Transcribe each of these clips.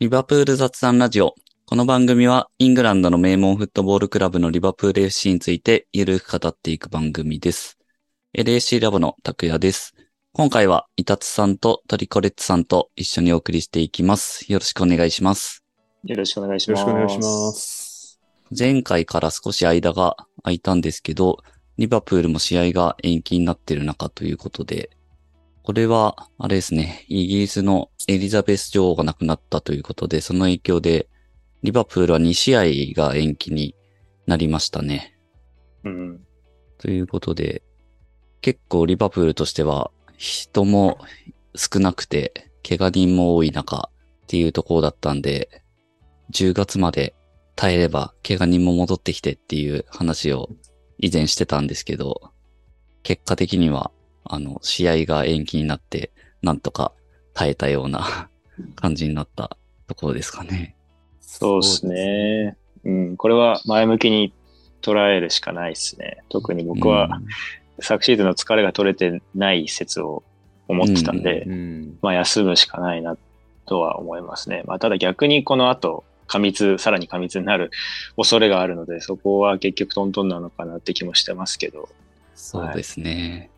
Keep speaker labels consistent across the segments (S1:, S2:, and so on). S1: リバプール雑談ラジオ。この番組はイングランドの名門フットボールクラブのリバプール FC についてゆるく語っていく番組です。LAC ラボの拓也です。今回はイタツさんとトリコレッツさんと一緒にお送りしていきます。よろしくお願いします。
S2: よろしくお願いし
S3: よ
S2: ま
S3: ろ
S2: す。
S3: しくお願いしま。す。
S1: 前回から少し間が空いたんですけど、リバプールも試合が延期になってる中ということで、これは、あれですね、イギリスのエリザベス女王が亡くなったということで、その影響で、リバプールは2試合が延期になりましたね。
S2: うん。
S1: ということで、結構リバプールとしては、人も少なくて、怪我人も多い中っていうところだったんで、10月まで耐えれば怪我人も戻ってきてっていう話を以前してたんですけど、結果的には、あの、試合が延期になって、なんとか耐えたような 感じになったところですかね。
S2: そうですね。うん。これは前向きに捉えるしかないですね。特に僕は昨シーズンの疲れが取れてない説を思ってたんで、
S3: うん。
S2: まあ休むしかないなとは思いますね。まあただ逆にこの後、過密、さらに過密になる恐れがあるので、そこは結局トントンなのかなって気もしてますけど。
S1: うんそうですね。
S3: うん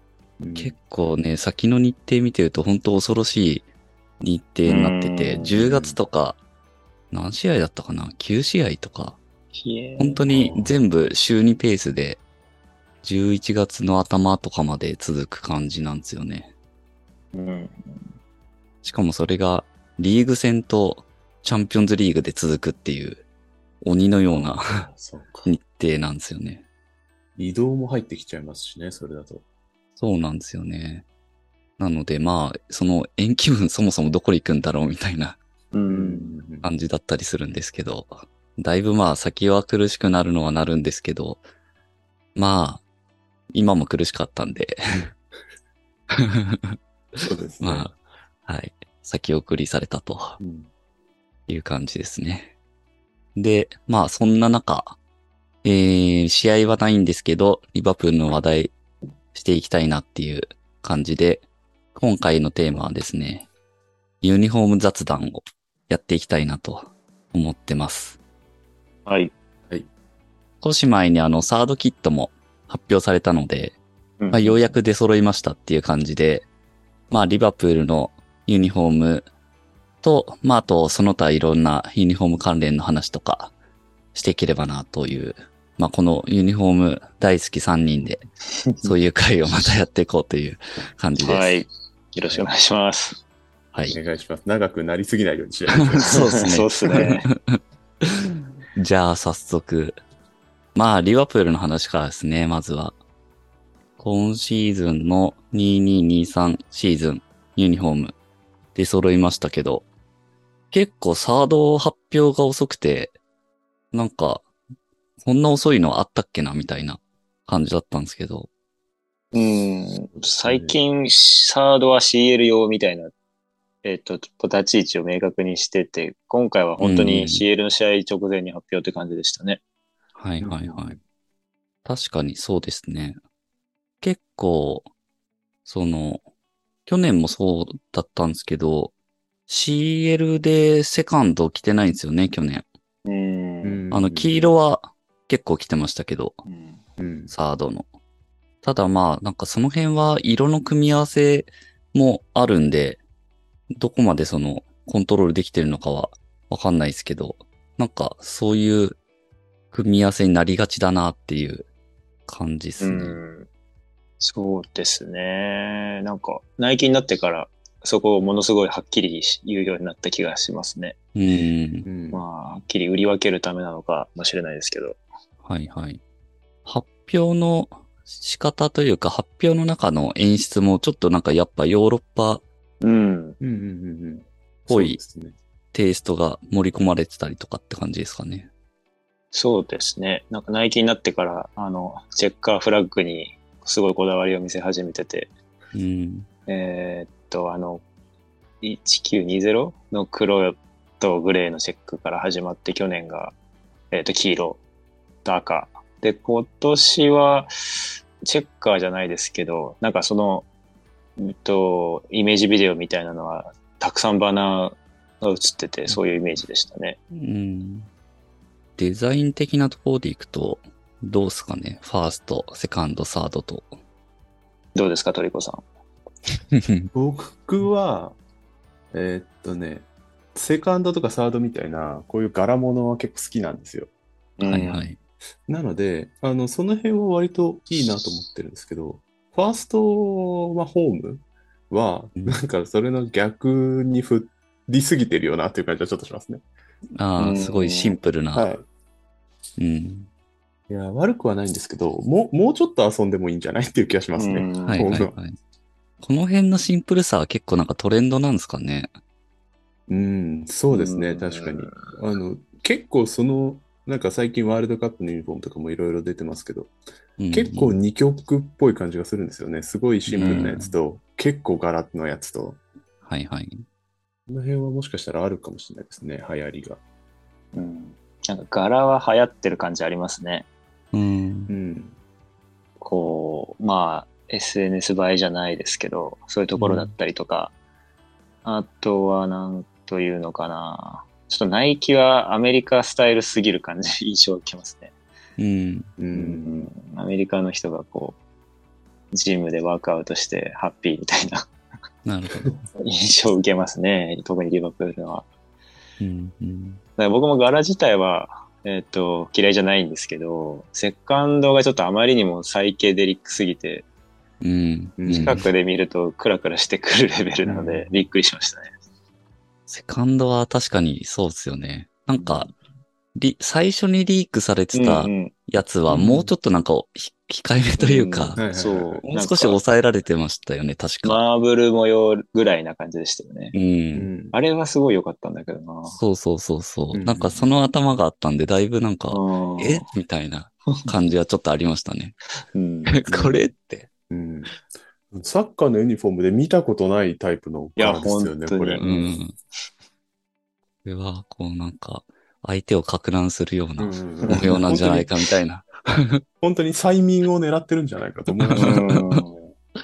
S1: 結構ね、先の日程見てると本当恐ろしい日程になってて、
S2: うん
S1: 10月とか、何試合だったかな ?9 試合とか。本当に全部週2ペースで、11月の頭とかまで続く感じなんですよね。
S2: うん。
S1: しかもそれが、リーグ戦とチャンピオンズリーグで続くっていう、鬼のような
S3: そうか。
S1: 日程なんですよね。
S3: 移動も入ってきちゃいますしね、それだと。
S1: そうなんですよね。なのでまあ、その延期分そもそもどこに行くんだろうみたいな
S2: う。。
S3: うん
S1: 感じだったりするんですけど、だいぶまあ先は苦しくなるのはなるんですけど、まあ、今も苦しかったんで、
S3: そうですね。
S1: まあ、はい、先送りされたと
S3: うん
S1: いう感じですね。で、まあそんな中、えー、試合はないんですけど、リバプールの話題していきたいなっていう感じで、今回のテーマはですね、ユニフォーム雑談をやっていきたいなと思ってます。
S2: はい。
S1: 少し前にあのサードキットも発表されたので、
S2: うん
S1: まあ、ようやく出揃いましたっていう感じで、まあリバプールのユニフォームと、まああとその他いろんなユニフォーム関連の話とかしていければなという、まあこのユニフォーム大好き3人で、そういう回をまたやっていこうという感じです。
S2: は。い。よろしくお願いします。
S1: はい。
S3: お願いします。長くなりすぎないようにしない と
S1: そうですね
S2: そうっすね。
S1: じゃあ、早速。まあ、リバプールの話からですね、まずは。今シーズンの2223シーズン、ユニフォーム、出揃いましたけど、結構サード発表が遅くて、なんか、こんな遅いのあったっけな、みたいな感じだったんですけど。
S2: うん、最近、サードは CL 用みたいな、えっ、と、立ち位置を明確にしてて、今回は本当
S1: うん
S2: に CL の試合直前に発表って感じでしたね。
S1: はいはいはい。確かにそうですね。結構、その、去年もそうだったんですけど、CL でセカンド着てないんですよね、去年。
S2: うん。
S1: あの、黄色は結構着てましたけど、
S2: うん
S3: うん。
S1: サードの。ただまあ、なんかその辺は色の組み合わせもあるんで、どこまでそのコントロールできてるのかはわかんないですけど、なんかそういう組み合わせになりがちだなっていう感じですね。
S2: うんそうですね。なんか、内気になってから、そこをものすごいはっきり言うようになった気がしますね。
S1: うん
S3: う。ん
S2: まあ、はっきり売り分けるためなのかもしれないですけど。
S1: はいはい。発表の仕方というか、発表の中の演出もちょっとなんかやっぱヨーロッパ
S2: うん。
S3: うんうんうんうん。
S1: ぽい
S3: そうですね。
S1: テイストが盛り込まれてたりとかって感じですかね。
S2: そうですね。なんか、内気になってから、あの、チェッカーフラッグに、すごいこだわりを見せ始めてて、
S1: うん。
S2: えーっと、あの、1920の黒とグレーのチェックから始まって、去年が、えーっと、黄色と赤。で、今年は、チェッカーじゃないですけど、なんかその、うんと、イメージビデオみたいなのは、たくさんバナーが映ってて、そういうイメージでしたね。
S1: うん。デザイン的なところでいくと、どうすかねファースト、セカンド、サードと。
S2: どうですか、トリコさん。
S3: 僕は、えーっとね、セカンドとかサードみたいな、こういう柄物は結構好きなんですよ。
S1: はいはい。
S3: なので、あの、その辺は割といいなと思ってるんですけど、ファーストはホームは、
S1: うん
S3: なんかそれの逆に振りすぎてるよなっていう感じはちょっとしますね。
S1: あ
S2: う
S1: あ、
S2: ん
S1: すごいシンプルな。
S3: はい。
S1: うん。
S3: いや、悪くはないんですけど、もう、もうちょっと遊んでもいいんじゃないっていう気がします
S2: う
S3: ね。
S2: ん
S1: はいはい
S3: ほん
S1: はい。この辺のシンプルさは結構なんかトレンドなんですかね。
S3: うん、そうですね、確かに。あの、結構その、なんか最近ワールドカップのユニフォームとかもいろいろ出てますけど、
S1: うん
S3: 結構二極っぽい感じがするんですよね。すごいシンプルなやつと、結構ガラッのやつと。
S1: はいはい。
S3: この辺はもしかしたらあるかもしれないですね、流行りが。
S2: うんなんか柄は流行ってる感じありますね。
S1: うん
S3: う。ん。
S2: こう、まあ、SNS 映えじゃないですけど、そういうところだったりとか、あとは、なんというのかな。ちょっとナイキはアメリカスタイルすぎる感じ、印象を受けますね。
S1: うん。
S3: う。
S2: うんんアメリカの人がこう、ジムでワークアウトしてハッピーみたいな
S1: なるほど。
S2: 印象を受けますね。特にリバプールは。
S1: うん。うん
S2: だから僕も柄自体は、えっ、と、嫌いじゃないんですけど、セカンドがちょっとあまりにもサイケデリックすぎて、
S1: うん。
S3: うん
S2: 近くで見るとクラクラしてくるレベルなので
S3: う、
S2: びっくりしましたね。
S1: セカンドは確かにそうですよね。なんか、リ最初にリークされてた
S2: うんうん
S1: やつはもうちょっとなんかひ控えめというか、
S3: うんはい
S2: そう。
S1: もう少し
S2: なんか
S1: 抑えられてましたよね、確か。
S2: マーブル模様ぐらいな感じでしたよね。
S1: う。
S3: うんん
S2: あれはすごい良かったんだけどな。
S1: そうそうそうそう。
S3: うん
S1: なんかその頭があったんで、だいぶなんか、
S2: うん
S1: えみたいな感じはちょっとありましたね。
S2: うん、
S1: これって。
S3: うんサッカーのユニフォームで見たことないタイプの柄ですよね、
S2: いや
S3: これ。
S2: 本当
S1: う
S2: に
S1: ん。これは、こうなんか、相手を撹乱するような
S3: うん
S1: 模様なんじゃないかみたいな。
S3: 本当に催眠を狙ってるんじゃないかと 思いました。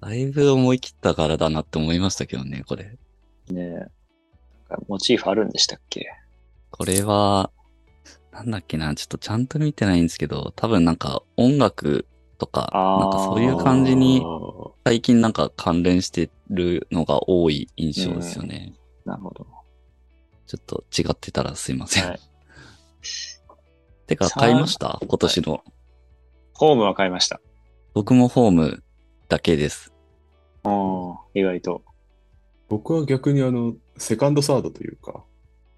S1: だいぶ思い切ったからだなって思いましたけどね、これ。
S2: うんねえなんかモチーフあるんでしたっけ
S1: これは、なんだっけな、ちょっとちゃんと見てないんですけど、多分なんか音楽とか、
S2: あー
S1: なんかそういう感じに
S3: あー
S1: 最近なんか関連してるのが多い印象ですよね。
S2: なるほど。
S1: ちょっと違ってたらすいません。
S2: はい
S1: てか、
S2: さあ
S1: 買いました今年の。
S2: ホームは買いました。
S1: 僕もホームだけです。
S2: うん意外と。
S3: 僕は逆にあの、セカンドサードというか、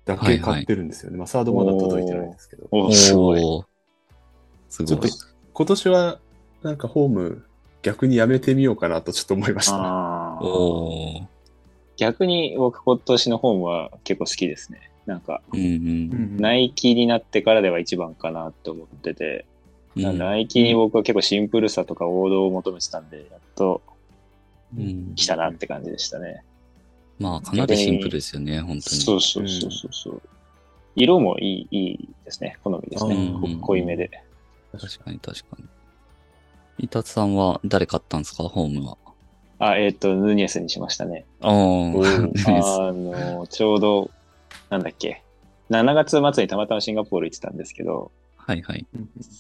S3: だけ買ってるんですよね。まあ、サードまだ届いてないですけど。
S2: おすごい。
S1: おーす
S3: ちょっ
S1: ご
S3: と
S1: い。、
S3: 今年は、なんかホーム、逆にやめてみようかなとちょっと思いました。
S2: あー
S1: おー
S2: 逆に僕今年のホームは結構好きですね。なんか、
S1: うんうん
S3: い。
S2: ナイキになってからでは一番かなって思ってて、
S1: うん。
S2: ナイキに僕は結構シンプルさとか王道を求めてたんで、やっと
S1: うん
S2: 来たなって感じでしたね。
S1: まあ、かなりシンプルですよね、本当に。
S2: そうそうそうそうそう。色もいい、いいですね。好みですね
S1: うん。
S2: こ濃いめで。
S1: 確かに確かに。伊達さんは誰買ったんですかホームは。
S2: あ、えっ、と、ヌニエスにしましたね。
S1: あー
S3: おー
S1: ヌニエス
S2: あの、ちょうど、なんだっけ。7月末にたまたまシンガポール行ってたんですけど、
S1: はいはい。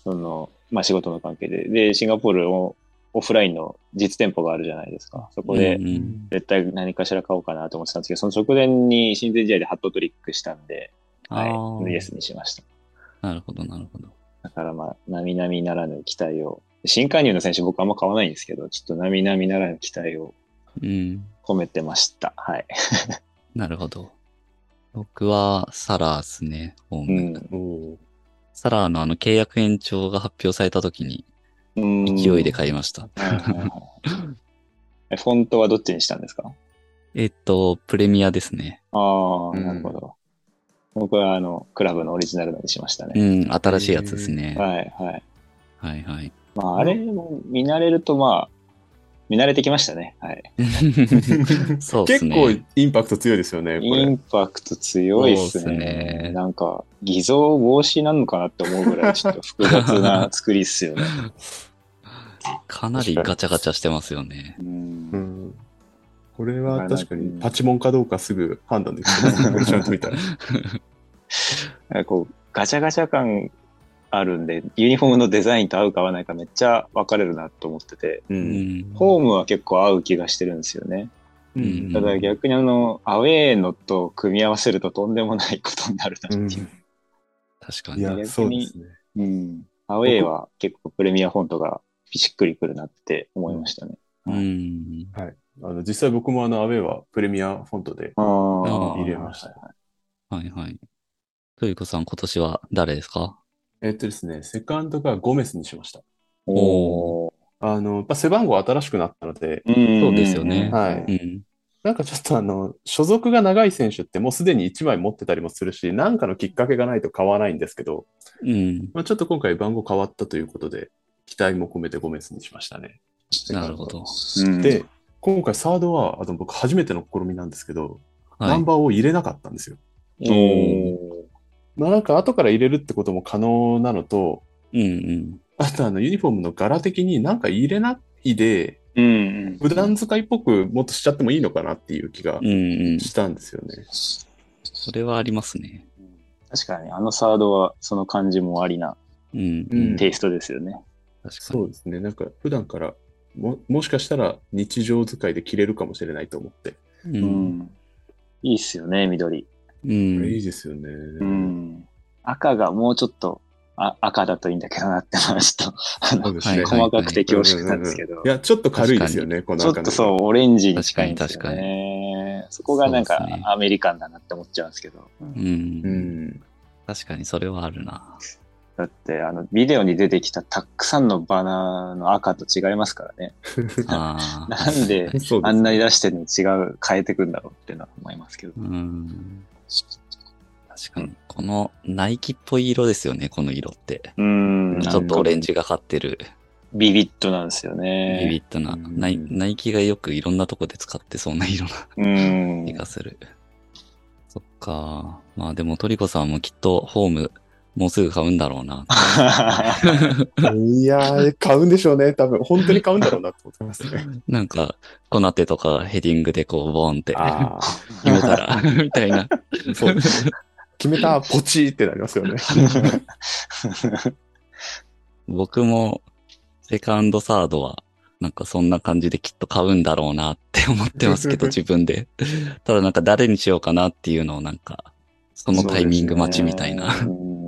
S2: その、まあ仕事の関係で。で、シンガポールをオフラインの実店舗があるじゃないですか。そこで
S1: う、
S3: うんん
S2: 絶対何かしら買おうかなと思ってたんですけど、その直前に親善試合でハットトリックしたんで、
S1: あ
S2: はい、ヌニエ
S1: ー
S2: スにしました。
S1: なるほど、なるほど。
S2: だからまあ、並々ならぬ期待を。新加入の選手僕あんま買わないんですけど、ちょっと並々ならぬ期待を
S1: うん。
S2: 込めてました。はい。
S1: なるほど。僕はサラーですね、ホー
S2: う
S1: ム。
S2: ん。
S3: お
S1: サラーのあの契約延長が発表された時に
S2: うん
S1: 勢いで買いました。
S2: はいはいはいえフォントはどっちにしたんですか
S1: えっと、プレミアですね。
S2: ああ、
S3: うん
S2: なるほど。僕はあの、クラブのオリジナルのにしました
S1: う
S2: ね。
S1: ん、新しいやつですね。
S2: はいはい。
S1: はい はい。
S2: まあ、あれも見慣れるとまあ、見慣れてきましたね。はい。
S3: ー
S1: そうっす
S3: 結
S1: ね
S3: 構インパクト強いですよね、こ
S2: イ
S3: れ。
S2: ンパクト強いっ
S1: そ
S2: す
S1: うっす
S2: ね。
S1: ね
S2: なんか、偽造防止なのかなって思うぐらい、ちょっと複雑 な作りっすよね。
S1: かなりガチャガチャしてますよね。
S2: う
S3: うんん。これは確か
S2: う
S3: に
S2: ん
S3: パチモンかどうかすぐ判断できる。 これちゃんと見たら。
S2: なんかこう、ガチャガチャ感あるんで、ユニフォームのデザインと合うか合わないかめっちゃ分かれるなと思ってて、
S3: う。
S1: うんん。
S2: ホームは結構合う気がしてるんですよね。
S3: う
S1: うん
S2: ただ逆にあの、アウェーのと組み合わせるととんでもないことになるなっていう。
S1: 確か
S3: い
S1: に。
S3: や
S2: 逆、に
S3: そうですね。
S2: うんアウェーは結構プレミアフォントがしっくりくるなって思いましたね。
S1: うん。
S3: あの実際僕もあのアウェイはプレミアフォントで
S2: あ
S1: あー
S3: 入れました。
S1: はいはい。というこさん、今年は誰ですか
S3: えっとですね、セカンドがゴメスにしました。
S2: おー
S3: あの、やっぱ背番号新しくなったので、
S2: うん
S1: そうですよね
S3: はい
S1: うん。
S3: なんかちょっとあの、所属が長い選手ってもうすでに1枚持ってたりもするし、なんかのきっかけがないと買わないんですけど、
S1: うん。
S3: まあ、ちょっと今回番号変わったということで、期待も込めてゴメスにしましたね。
S1: なるほど。
S2: うん
S3: で、今回サードは、あの僕初めての試みなんですけど、ナ
S1: は
S3: ン
S1: い。
S3: バーを入れなかったんですよ。
S2: おー
S3: まあなんか後から入れるってことも可能なのと、
S1: うん
S3: あとあのユニフォームの柄的になんか入れないで、
S2: うんうん。
S3: 普段使いっぽくもっとしちゃってもいいのかなっていう気が
S1: うん。うんうん。
S3: したんですよね。
S1: それはありますね。
S2: 確かに、あのサードはその感じもありな
S1: うん。
S3: うん
S2: テイストですよね。
S1: 確か
S3: そうですね。なんか普段からも、もしかしたら日常使いで着れるかもしれないと思って。こ
S1: に。
S2: う
S1: うん。
S2: んいいっすよね、緑。
S1: う
S3: れい
S1: ん。
S3: いですよね。
S2: うん赤がもうちょっとあ赤だといいんだけどなって話と、あ
S3: そう
S2: の
S3: ですね。
S1: はい
S2: 細かくて恐縮なんですけど
S3: い、や、ちょっと軽いですよね、この
S2: ちょっ
S3: 赤
S2: とそう、オレンジに近いんですよ
S1: 確か
S2: ね。そこがなん
S1: そう
S2: か
S1: ですね
S2: アメリカンだなって思っちゃうんですけど。
S1: う。
S3: うんん。
S1: 確かに、それはある な。
S2: だって、あの、ビデオに出てきたたくさんのバナーの赤と違いますからね。
S1: ああ。
S2: なんで
S3: そうですね
S2: あんなに出してるのに違う、変えてくんだろうっていうのは思いますけど。
S1: うん。確かに。このナイキっぽい色ですよね、この色って。
S2: うん、
S1: ちょっとオレンジがかってる、
S2: ビビットなんですよ
S1: ビビ
S2: ね。
S1: ッドな。
S3: うん
S1: ナイナイキがよくいろんなとこで使ってそうな色な
S2: うん
S1: 気。がする。そっか。まあでもトリコさんもきっとホーム、もうすぐ買うんだろう な。
S3: いやー、買うんでしょうね。多分、本当に買うんだろうなと思ってます ね。
S1: なんか、コナテとかヘディングでこう、ボーンって
S3: ああ、
S1: 決め たら、みたいな。
S3: そうですね。決めた、ポチーってなりますよね。
S1: 僕も、セカンド、サードは、なんかそんな感じできっと買うんだろうなって思ってます けど、自分で。ただなんか誰にしようかなっていうのをなんか、そのタイミング待ちみたいな。
S2: そうですねうん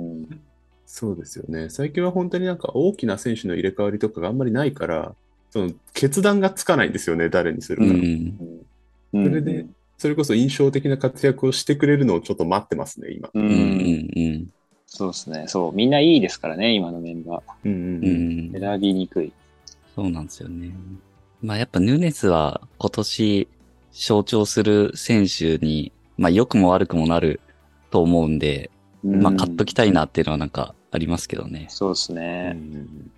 S3: そうですよね。最近は本当になんか大きな選手の入れ替わりとかがあんまりないから、その決断がつかないんですよね、誰にする
S1: う
S3: か。
S1: ん。
S2: うん
S3: それで、それこそ印象的な活躍をしてくれるのをちょっと待ってますね、今。
S2: う。
S1: うんうんん
S2: そうですね。そう。みんないいですからね、今のメンバ
S3: うん
S1: うん。うん
S2: ー。。選びにくい。
S1: そうなんですよね。まあやっぱヌネスは今年象徴する選手に、まあ良くも悪くもなると思うんで、まあ買っときたいなっていうのはなんかありますけどね。
S2: そうですね。
S3: うん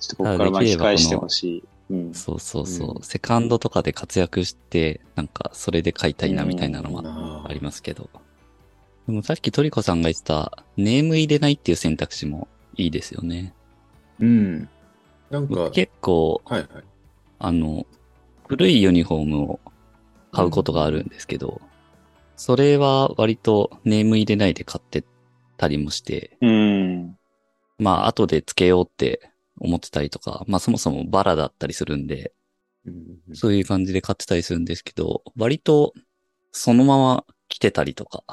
S2: ちょっとここから巻き返してほしい。うん。
S1: そうそうそう。
S3: うん
S1: セカンドとかで活躍して、なんかそれで買いたいなみたいなの
S2: うん
S1: は
S3: あ
S1: ありますけど。でもさっきトリコさんが言ってた、ネーム入れないっていう選択肢もいいですよね。
S3: うん。なんか、は
S1: 僕
S3: い
S1: 結構、
S3: はい。
S1: あの、古いユニフォームを買うことがあるんですけど、それは割とネーム入れないで買ってたりもして、
S2: うん。
S1: まあ後でつけようって思ってたりとか、まあそもそもバラだったりするんで、
S3: うん
S1: そういう感じで買ってたりするんですけど、割とそのまま着てたりとか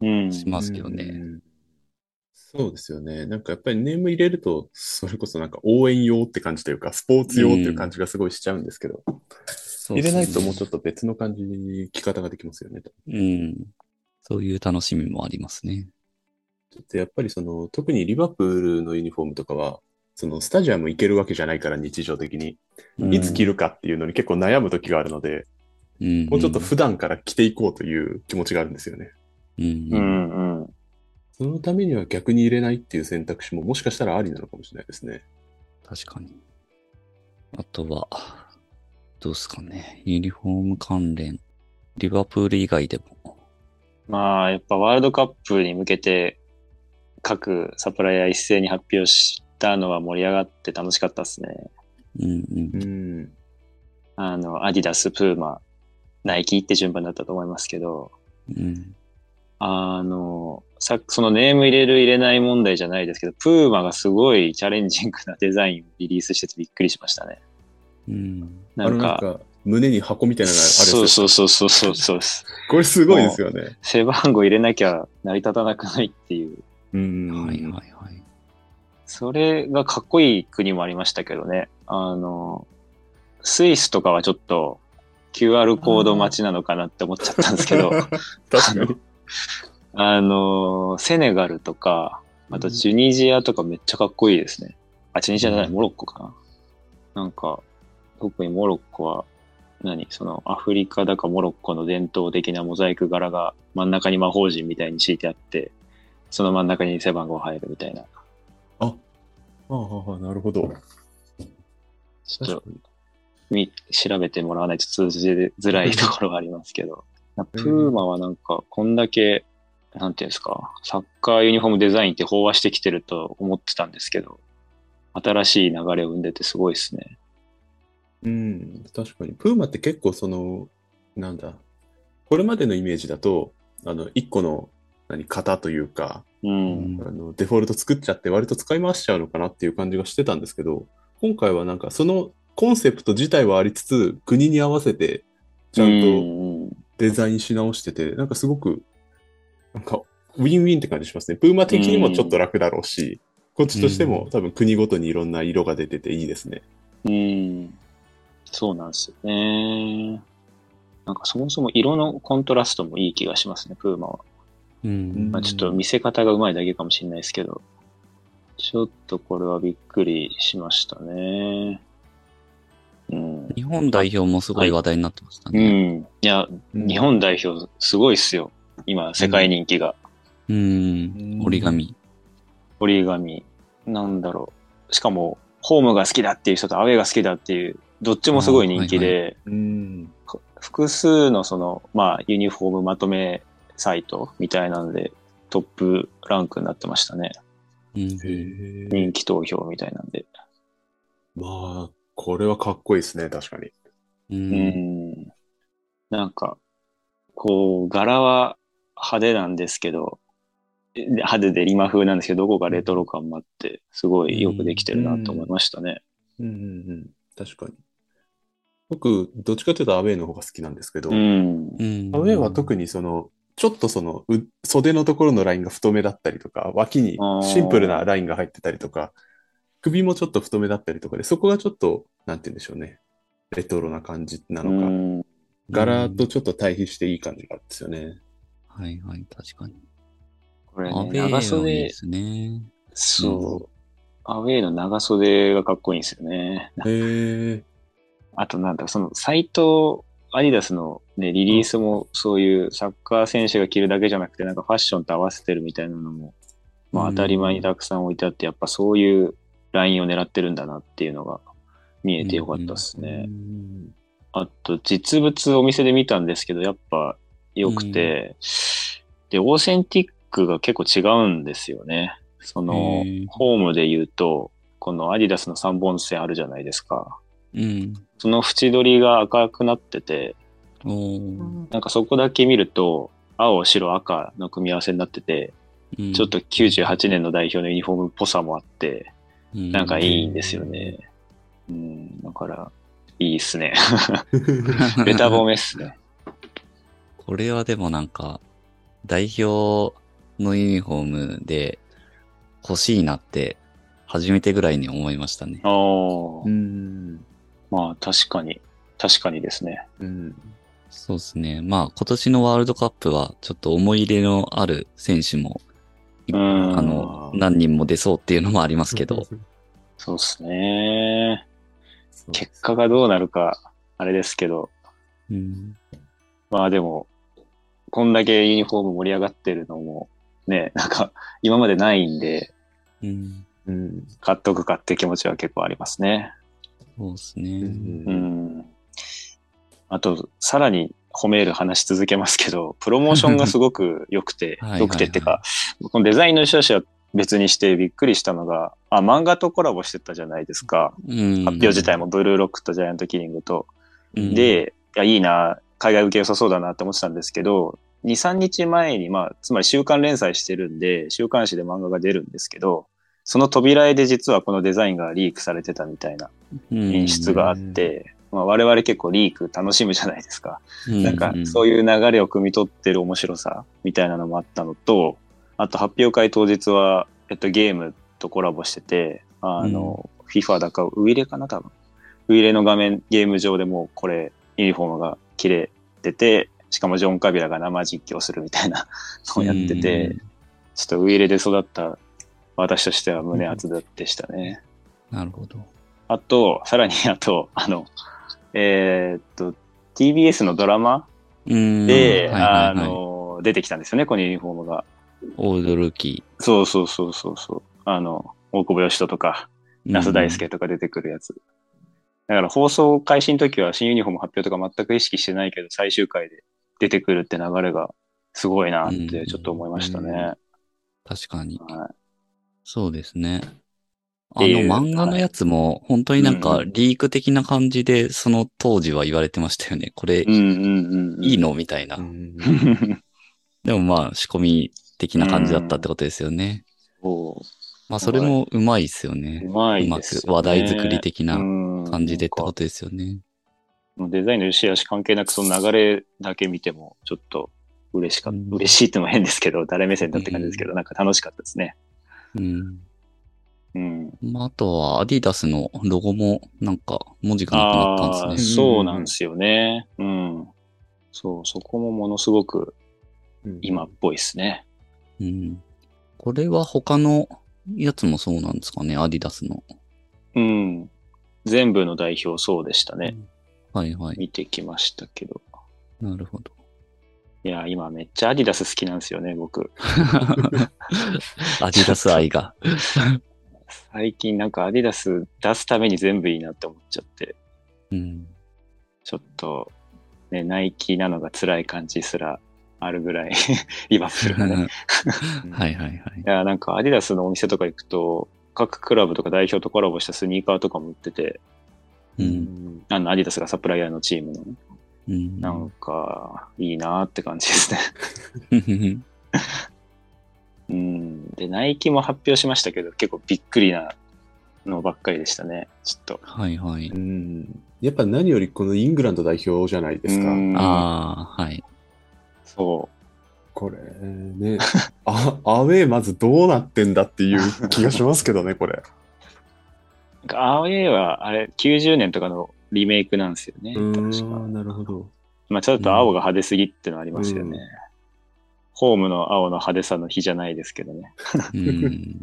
S2: うん。
S1: しますけどね。
S3: うんそうですよね。なんかやっぱりネーム入れると、それこそなんか応援用って感じというか、スポーツ用っていう感じがすごいしちゃうんですけど、入れないともうちょっと別の感じに着方ができますよね。
S1: うん。そういう楽しみもありますね。
S3: ちょっとやっぱりその、特にリバプールのユニフォームとかは、そのスタジアム行けるわけじゃないから日常的に、
S1: うん
S3: いつ着るかっていうのに結構悩む時があるので、
S1: うん
S3: もうちょっと普段から着ていこうという気持ちがあるんですよね。
S1: うん
S2: う
S1: うん
S2: んうん。
S3: そのためには逆に入れないっていう選択肢ももしかしたらありなのかもしれないですね。
S1: 確かに。あとは、どうですかね。ユニフォーム関連。リバプール以外でも。
S2: まあ、やっぱワールドカップに向けて、各サプライヤー一斉に発表したのは盛り上がって楽しかったですね。
S1: うんうん。
S3: ん。
S2: あの、アディダス、プーマ、ナイキって順番だったと思いますけど、
S1: うん。
S2: あの、さそのネーム入れる入れない問題じゃないですけど、プーマがすごいチャレンジングなデザインをリリースしててびっくりしましたね。
S1: うん。
S3: あ
S2: な
S3: の
S2: ん
S3: なん
S2: か、
S3: か、胸に箱みたいなのがあるやつ
S2: そうそうそうそうそうそうです。
S3: これすごいですよね。
S2: 背番号入れなきゃ成り立たなくないっていう。
S3: うん。
S1: はいはいはい。
S2: それがかっこいい国もありましたけどね。あの、スイスとかはちょっと QR コード待ちなのかなって思っちゃったんですけど、
S3: 確かに。
S2: あの、セネガルとか、あとチュニジアとかめっちゃかっこいいですね。あ、チュニジアじゃない、モロッコかな。なんか、特にモロッコは、何そのアフリカだかモロッコの伝統的なモザイク柄が真ん中に魔法陣みたいに敷いてあって、その真ん中に背番号入るみたいな。
S3: あ、ああ、あなるほど。
S2: ちょっ
S3: 確
S2: と
S3: かに。
S2: み調べてもらわないと通じづらいところはありますけど、なプーマはなんか、こんだけ、なんていうんですか、サッカーユニフォームデザインって飽和してきてると思ってたんですけど、新しい流れを生んでてすごいですね。
S3: うん、確かに。プーマって結構その、なんだ、これまでのイメージだと、あの、一個の、何、型というか、
S2: う。
S1: うん
S3: あのデフォルト作っちゃって割と使い回しちゃうのかなっていう感じがしてたんですけど、今回はなんかそのコンセプト自体はありつつ、国に合わせてちゃん
S2: う
S3: と
S2: んうん
S3: デザインし直してて、なんかすごく、なんかウィンウィンって感じしますね。プーマ的にもちょっと楽だろうし、こっちとしても多分国ごとにいろんな色が出てていいですね。
S2: うん。そうなんですよね。なんかそもそも色のコントラストもいい気がしますね、プーマは。
S1: うん。
S2: まあ、ちょっと見せ方がうまいだけかもしれないですけど、ちょっとこれはびっくりしましたね。うん。
S1: 日本代表もすごい話題になってました
S2: う
S1: ね。
S2: ん。いや、
S3: うん
S2: 日本代表すごいっすよ。今、世界人気が。
S1: うん。折り紙。
S2: 折り紙。なんだろう。しかも、ホームが好きだっていう人とアウェーが好きだっていう、どっちもすごい人気
S1: あーは
S2: で、
S3: うん。
S2: 複数のその、まあ、ユニフォームまとめサイトみたいなので、トップランクになってましたね。
S1: うん。
S3: へえ。
S2: 人気投票みたいなんで。
S3: まあ、これはかっこいいですね、確かに。
S1: う。
S2: うんんなんか、こう、柄は派手なんですけど、で派手でリマ風なんですけど、どこかレトロ感もあって、すごいよくできてるなと思いましたね。
S3: うんうんうん、確かに。僕、どっちかというとアウェイの方が好きなんですけど、
S2: うん。
S1: うん。
S3: アウェイは特にその、ちょっとその、う袖のところのラインが太めだったりとか、脇に
S2: あー
S3: シンプルなラインが入ってたりとか、首もちょっと太めだったりとかで、そこがちょっと、なんて言うんでしょうね。レトロな感じな
S2: う
S3: のか、
S2: ん
S3: 柄とちょっと対比していい感じがあるんですよね。
S1: はいはい、確かに。
S2: これ
S1: アウ
S2: ね、
S1: ェー
S2: 長
S1: はいい
S2: 袖
S1: で、すね。
S2: そう。アウェイの長袖がかっこいいんですよね。
S3: へえ。
S2: あとなんだろう、そのサイト、アディダスのね、リリースもそういうサッカー選手が着るだけじゃなくて、なんかファッションと合わせてるみたいなのも、まあ
S1: うん
S2: 当たり前にたくさん置いてあって、やっぱそういうラインを狙ってるんだなっていうのが見えてよかったですね。
S3: うん
S2: あと実物お店で見たんですけど、やっぱ良くて、で、オーセンティックが結構違うんですよね。その
S1: へー、
S2: ホームで言うと、このアディダスの3本線あるじゃないですか。
S1: うん。
S2: その縁取りが赤くなってて、
S1: おー
S2: なんかそこだけ見ると、青、白、赤の組み合わせになってて、
S1: うん
S2: ちょっと98年の代表のユニフォームっぽさもあって、なん かいいんですよね。うん、だから、いいっす ね。ベタ褒めっすね。
S1: これはでもなんか、代表のユニフォームで欲しいなって、初めてぐらいに思いましたね。
S2: ああ
S3: う、ん。
S2: まあ確かに、確かにですね。
S3: うん。
S1: そうですね。まあ今年のワールドカップはちょっと思い入れのある選手も、
S2: うん
S1: あの、何人も出そうっていうのもありますけど。
S2: そうっすね。
S3: そう
S2: 結果がどうなるか、あれですけど、
S1: うん。
S2: まあでも、こんだけユニフォーム盛り上がってるのも、ね、なんか、今までないんで、
S1: うん。
S3: うん。
S2: 買っとくかって気持ちは結構ありますね。
S1: そうです
S3: う
S1: ね。
S2: うんん。あと、さらに褒める話し続けますけ ど、プロモーションがすごく良くて
S1: はいはいは、い
S2: 良くてってか、このデザインの良し悪しは別にしてびっくりしたのが、あ、漫画とコラボしてたじゃないですか。
S1: うん。発
S2: 発表自体もブルーロックとジャイアントキリングと。
S1: うん、
S2: で、いや、いいな、海外受け良さそうだなって思ってたんですけど、2、3日前に、まあ、つまり週刊連載してるんで、週刊誌で漫画が出るんですけど、その扉絵で実はこのデザインがリークされてたみたいな演出があって、まあ、我々結構リーク楽しむじゃないですか。なんかそう
S1: い
S2: いう流れを汲み取ってる面白さみたいなのもあったのと、あと発表会当日は、えっと、ゲームとコラボしてて、あの、FIFA だかウイレかな多分。ウイレの画面、ゲーム上でもうこれ、ユニフォームが切れてて、しかもジョン・カビラが生実況するみたいなのをやってて、
S1: うん
S2: ちょっとウイレで育った私としては胸熱でしたね。
S1: うん。なるほど。
S2: あと、さらに あと、あの、えーっと、TBS のドラマ
S1: うん
S2: で、
S1: はいはいはい
S2: あ、の、出てきたんですよね、このユニフォームが。
S1: オールドルーキ
S2: そうそうそうそうそう。あの、大久保嘉人とか、
S1: ー。
S2: 那須大輔とか出てくるやつ。だから放送開始の時は新ユニフォーム発表とか全く意識してないけど、最終回で出てくるって流れがすごいなっ
S1: うん
S2: てちょっと思いましたね。
S3: うん
S2: は
S1: 確かに。
S2: い
S1: そうですね。あ
S2: て
S1: の
S2: いう
S1: 漫画のやつも、本当になんか
S2: う
S1: リーク的な感じで、その当時は言われてましたよね。これ
S2: うんうんうん。
S1: いいのみたいな
S3: う。ん
S1: でもまあ仕込み的な感じだったってことですよね。
S2: そ
S1: まあそれもうまいですよ
S2: う。
S1: ね
S2: う。ま
S1: う
S2: い
S1: ま
S2: です
S1: く
S2: よ、ね。
S1: 話題作り的な
S2: 感
S1: 感じでってことですよね。
S2: デザインの良し悪し関係なく、その流れだけ見ても、ちょっと嬉しかっ
S1: うん
S2: た。嬉しいっても変ですけ ど、誰目線だって感じですけど、なんか楽しかったですね。
S1: うん。
S2: うん。
S1: まああとはアディダスのロゴもなんか文字がなくなった
S2: あ
S1: ん
S2: あ、
S1: ですね。
S2: そうなんですよね。うん。そう、そこもものすごく今っぽいですね。
S1: うん。これは他のやつもそうなんですかね。アディダスの。
S2: うん。全部の代表そうでしたね。
S1: はいはい。
S2: 見てきましたけど。
S1: なるほど。
S2: いや、今めっちゃアディダス好きなんですよね、僕。
S1: アディダス愛が。
S2: 最近なんかアディダス出すために全部いいなって思っちゃって。
S1: うん。
S2: ちょっと、ね、ナイキなのが辛い感じすらあるぐらい、 リバプールがね。
S1: はいはいはい。
S2: いや、なんかアディダスのお店とか行くと、各クラブとか代表とコラボしたスニーカーとかも売ってて、
S1: うん。
S2: あの、アディダスがサプライヤーのチームのね、
S1: うん。
S2: なんか、いいなーって感じですね。 うん。で、ナイキも発表しましたけど、結構びっくりなのばっかりでしたね。ちょっと。
S1: はいはい。
S3: うんやっぱ何よりこのイングランド代表じゃないですか
S2: う。ん
S1: ああ、はい。
S2: そ
S3: これね、 あアウェーまずどうなってんだっていう気がしますけどね、これ。
S2: う。なんかアウェイは、あれ、90年とかのリメイクなんですよね。確か。
S3: なるほど。
S2: まあちょっと青が派手すぎってのありますよね。
S3: うん
S2: ホームの青の派手さの日じゃないですけどね。
S1: うん。
S2: い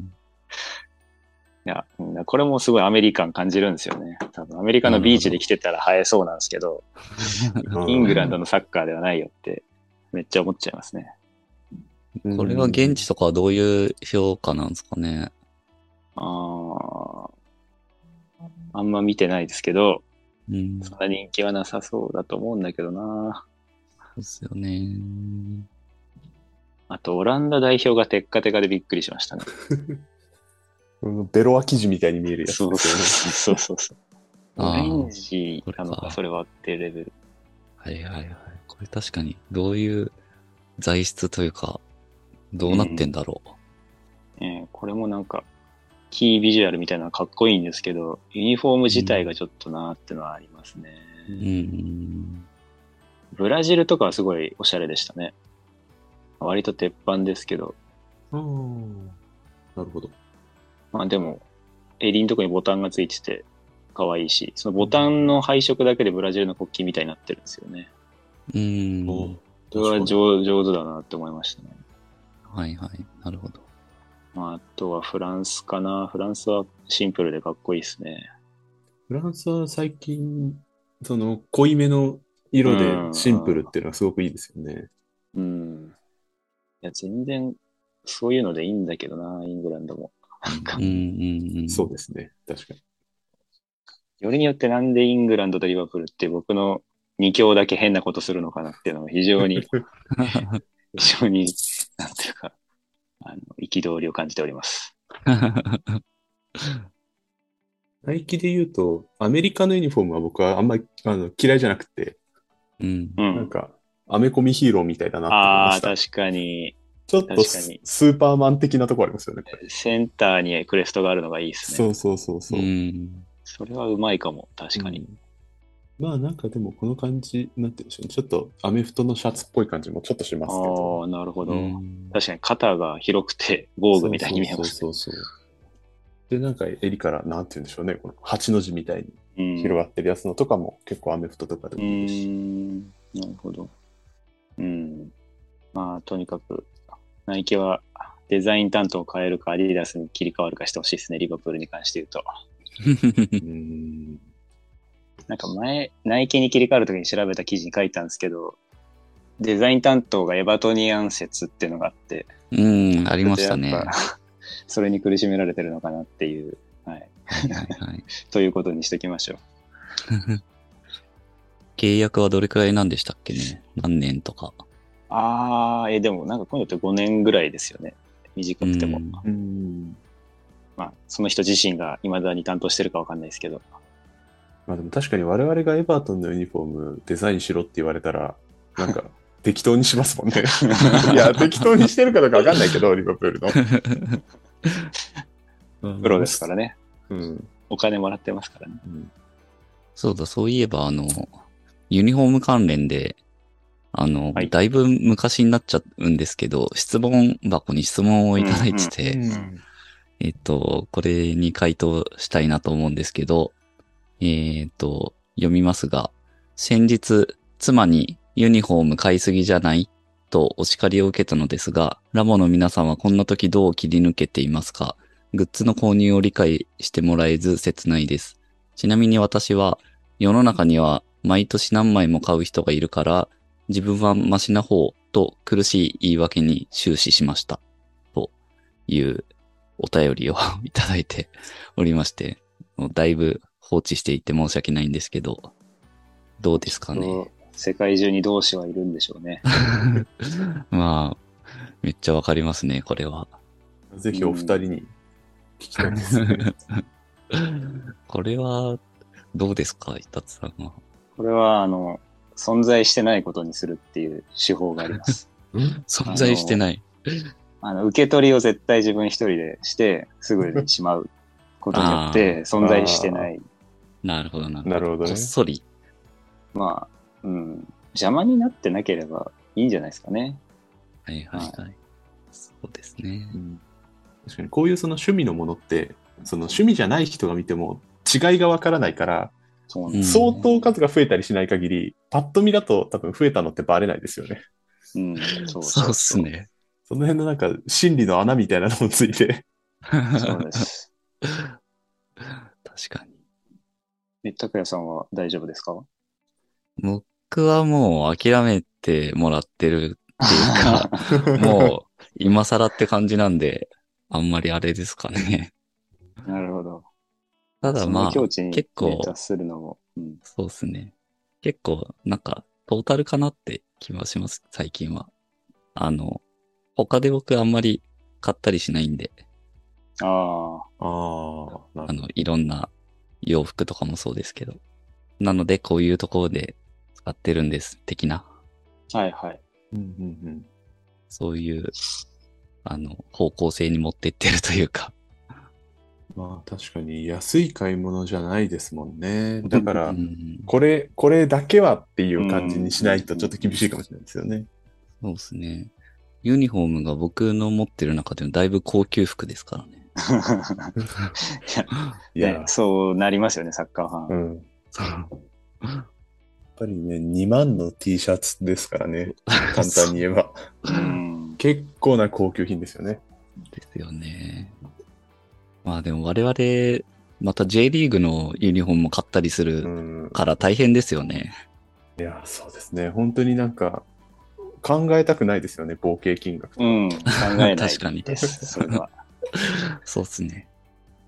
S2: や、うんこれもすごいアメリカン感じるんですよね。多分アメリカのビーチで来てたら映えそうなんですけど、 イングランドのサッカーではないよってめっちゃ思っちゃいますね。
S3: ド
S1: これは現地とかはどういう評価なんですかね。
S2: あーあんま見てないですけど、
S1: うん。そ
S2: そんな人気はなさそうだと思うんだけどな。
S1: うですよね。
S2: あと、オランダ代表がテッカテカでびっくりしましたね。
S3: うんベロア生地みたいに見えるやつ
S2: そ
S3: で
S2: うそう
S3: す
S2: そうそうそう。オ
S1: あ
S2: レ
S1: ー
S2: ンジな
S1: これ
S2: のか、
S1: か
S2: それはっていうレベル。
S1: はいはいはい。これ確かに、どういう材質というか、どうなってんだろう。
S2: えーこれもなんか、キービジュアルみたいなのかっこいいんですけど、ユニフォーム自体がちょっとなーってのはありますね。
S1: うん。うん
S2: ブラジルとかはすごいおしゃれでしたね。割と鉄板ですけど、
S3: よね。うんなるほど。
S2: まあでも、襟のとこにボタンがついてて可愛いし、そのボタンの配色だけでブラジルの国旗みたいになってるんですよね。
S1: うん。
S2: それは上上手だなって思いましたね。
S1: はいはい。なるほど。
S2: まあ、あとはフランスかな。フランスはシンプルでかっこいいですね。
S3: フランスは最近、その濃いめの色でシンプルっていうのはすごくいいですよね。
S2: うん。いや、全然、そういうのでいいんだけどな、イングランドも。なんか
S1: うん、うんうん。
S3: そうですね。確かに。
S2: よりによってなんでイングランドとリバプールって僕の2強だけ変なことするのかなっていうのが非常 に、非常に、なんていうか、あの、憤りを感じております。
S3: ナイキで言うと、アメリカのユニフォームは僕はあんまりあの嫌いじゃなくて、
S1: うん。
S2: う
S3: なん
S2: ん。
S3: か、アメコミヒーローみたいだなって
S2: ああ、
S3: 思いました。
S2: 確かに、
S3: ちょっと
S2: 確か
S3: ス
S2: に
S3: スーパーマン的なとこありますよね、これ。
S2: センターにクレストがあるのがいいです
S3: そ
S2: ね。
S3: うそうそうそうう。
S1: ん。
S2: それはうまいかも、確かに。
S3: うんまあなんかでもこの感じ、なんて言うんでしょうね。ちょっとアメフトのシャツっぽい感じもちょっとしますけど。
S2: ああ、なるほど。
S1: うん
S2: 確かに肩が広くて、防具みたいに見えます。
S3: そうそうそうそうで、なんか襟から、なんて言うんでしょうね。この8の字みたいに
S2: うん
S3: 広がってるやつのとかも結構アメフトとかで
S2: う
S3: もいいですし。
S2: ーん、なるほど。うん。まあ、とにかく、ナイキはデザイン担当を変えるか、アディダスに切り替わるかしてほしいですね、リバプールに関して言うと。
S3: うん
S2: なんか前、ナイキに切り替わるときに調べた記事に書いたんですけど、デザイン担当がエバトニアン説っていうのがあって、
S1: うん、ありましたね。
S2: やっ
S1: は
S2: ぱ それに苦しめられてるのかなっていう、はい、
S1: いはい はい。
S2: ということにしときましょう。
S1: 契約はどれくらいなんでしたっけね何年とか。
S2: あー、え、でもなんか今度って5年ぐらいですよね。短くても。
S1: うん
S3: うん。
S2: まあ、その人自身が未だに担当してるかわかんないですけど。
S3: まあでも確かに我々がエバートンのユニフォームデザインしろって言われたら、なんか適当にしますもんね。 いや、適当にしてるかどうかわかんないけど、リバプールの。
S2: プロですからね。
S3: うん。
S2: お金もらってますからね。
S3: うん。
S1: そうだ、そういえば、あの、ユニフォーム関連で、あの、
S2: はい
S1: だいぶ昔になっちゃうんですけど、質問箱に質問をいただいてて、
S3: うん
S1: えっと、これに回答したいなと思うんですけど、えっと、読みますが、先日、妻にユニフォーム買いすぎじゃないとお叱りを受けたのですが、ラボの皆さんはこんな時どう切り抜けていますかグッズの購入を理解してもらえず切ないです。ちなみに私は、世の中には毎年何枚も買う人がいるから、自分はマシな方と苦しい言い訳に終始しました。というお便りをいただいて おりまして、もうだいぶ放置していて申し訳ないんですけど、どうですかね。
S2: 世界中に同志はいるんでしょうね。
S1: まあ、めっちゃわかりますね、これは。
S3: ぜひお二人に聞きたいですね。
S1: これは、どうですか、伊達さんは。
S2: これは、あの、存在してないことにするっていう手法があり ます。
S1: 存在してない。
S2: あの、受け取りを絶対自分一人でして、すぐにしまうことによ って、存在してない。
S1: なるほどな。
S3: なるほ
S1: こ
S3: どね
S1: っ。そり。
S2: まあ、うん。邪魔になってなければいいんじゃないですかね。
S1: はいはいはい。そうですね。
S3: うん確かにこういうその趣味のものって、その趣味じゃない人が見ても違いがわからないから、
S2: そうなんです
S3: 相
S2: よね、
S3: 当数が増えたりしない限り、パッと見だと多分増えたのってバレないですよね。
S2: うん、そ
S1: そ
S2: う
S1: う
S2: そう
S1: っ
S2: そ
S1: す
S2: う。
S1: ね。
S3: その辺のなんか心理の穴みたいなのもついて。
S2: そう
S1: 確
S2: です。
S1: かに。
S2: え、拓也さんは大丈夫ですか
S1: 僕はもう諦めてもらってるっていうか、 もう今更って感じなんで、あんまりあれですかね。
S2: なるほど。
S1: ただ
S2: そ
S1: ま
S2: の
S1: あ、
S2: 境地に
S1: 結構
S2: 達するのも、うん、
S1: そうですね。結構、なんか、トータルかなって気はします、最近は。あの、他で僕あんまり買ったりしないんで、
S2: ああ、
S3: ああ、な
S1: あの、いろんな洋服とかもそうですけど。なので、こういうところで使ってるんです、的な。
S2: はいはい。
S3: うんうんうん。
S1: そういう、あの、方向性に持ってってるというか。
S3: まあ確かに安い買い物じゃないですもんね。だか
S1: う
S3: ら、
S1: ん、
S3: これ、これだけはっていう感じにしないとちょっと厳しいかもしれないですよ ね。
S1: そうですね。ユニフォームが僕の持ってる中でもだいぶ高級服ですからね。
S3: い
S2: い
S3: や
S2: や、、そうなりますよね、サッカーファン。
S3: うん。やっぱりね、2万の T シャツですからね、簡単に言え ば。
S2: うん、
S3: 結構な高級品ですよね。
S1: ですよね。まあでも我々、また J リーグのユニフォームも買ったりす
S3: う
S1: る
S3: ん。
S1: から大変ですよね。
S3: いや、そうですね。本当になんか、考えたくないですよね、合計金額とか。
S2: うん、考えな
S1: 確かに
S2: いです、それは。
S1: そうっすね。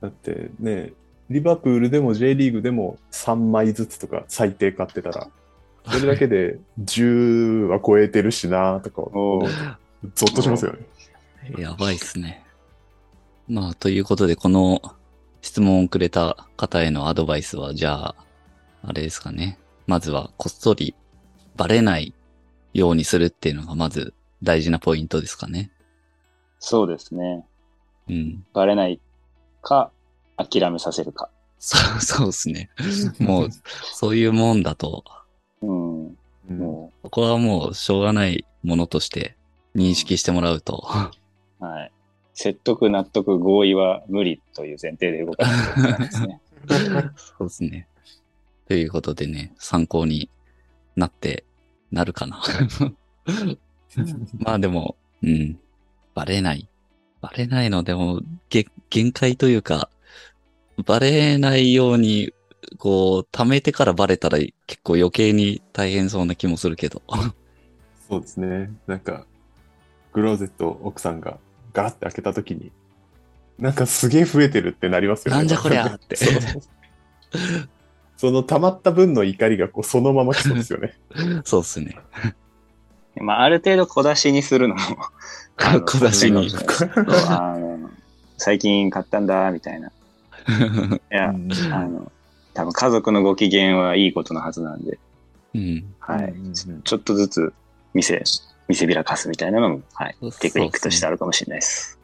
S3: だってね、リバプールでも J リーグでも3枚ずつとか最低買ってたら、それだけで10は超えてるしなとか、
S2: おー
S3: ゾッとしますよね。
S1: やばいっすね。まあということで、この質問をくれた方へのアドバイスは、じゃあ、あれですかね。まずはこっそりバレないようにするっていうのがまず大事なポイントですかね。
S2: そうですね。
S1: うん。
S2: バレないか、諦めさせるか。
S1: そう、そうですね。も う、そういうもんだと、
S2: うん。
S3: うん
S2: も
S1: ここはもうしょうがないものとして認識してもらうと。
S2: う、はい。説得、納得、合意は無理という前提で動かないといけないですね。
S1: そうですね。ということでね、参考になって、なるかな。まあでも、うん。バレない。バレないのでも、げ限界というか、バレないように、こう、溜めてからバレたら結構余計に大変そうな気もするけど。
S3: そうですね。なんか、クローゼットを奥さんがガラッて開けたときに、なんかすげえ増えてるってなりますよね。
S1: なんじゃこりゃって
S3: そうその溜まった分の怒りがこうそのまま来そうですよね。
S1: そうです ね。
S2: まあ、ある程度小出しにするのも。あの
S1: 小出しに
S2: そうあの最近買ったんだ、みたいな。いや、あの、多分家族のご機嫌はいいことのはずなんで、
S1: うん。
S2: は
S3: う
S2: い
S3: んうんうん。
S2: ちょっとずつ見せ、見せびらかすみたいなのも、はい
S1: そうっす。ね
S2: テクニックとしてあるかもしれないです。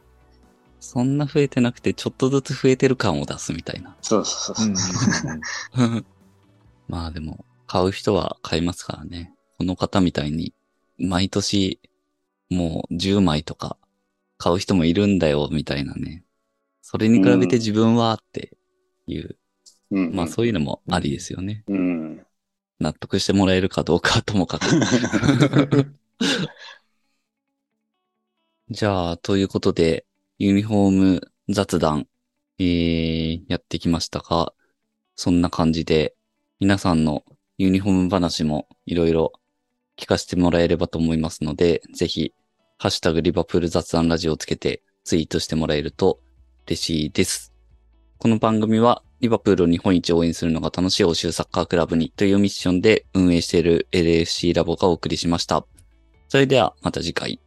S1: そんな増えてなくて、ちょっとずつ増えてる感を出すみたいな。
S2: そうそうそうう。
S3: ん
S1: まあでも、買う人は買いますからね。この方みたいに、毎年、もう10枚とか、買う人もいるんだよ、みたいなね。それに比べて自分は、っていう、
S2: うんうん
S1: まあそういうのもありですよね。
S2: うん。
S1: 納得してもらえるかどうかはともかく。 じゃあ、ということで、ユニフォーム雑談、えー、やってきましたが、そんな感じで、皆さんのユニフォーム話もいろいろ聞かせてもらえればと思いますので、ぜひ、ハッシュタグリバプール雑談ラジオをつけてツイートしてもらえると嬉しいです。この番組は、リバプールを日本一応援するのが楽しい欧州サッカークラブにというミッションで運営している LFC ラボがお送りしました。それではまた次回。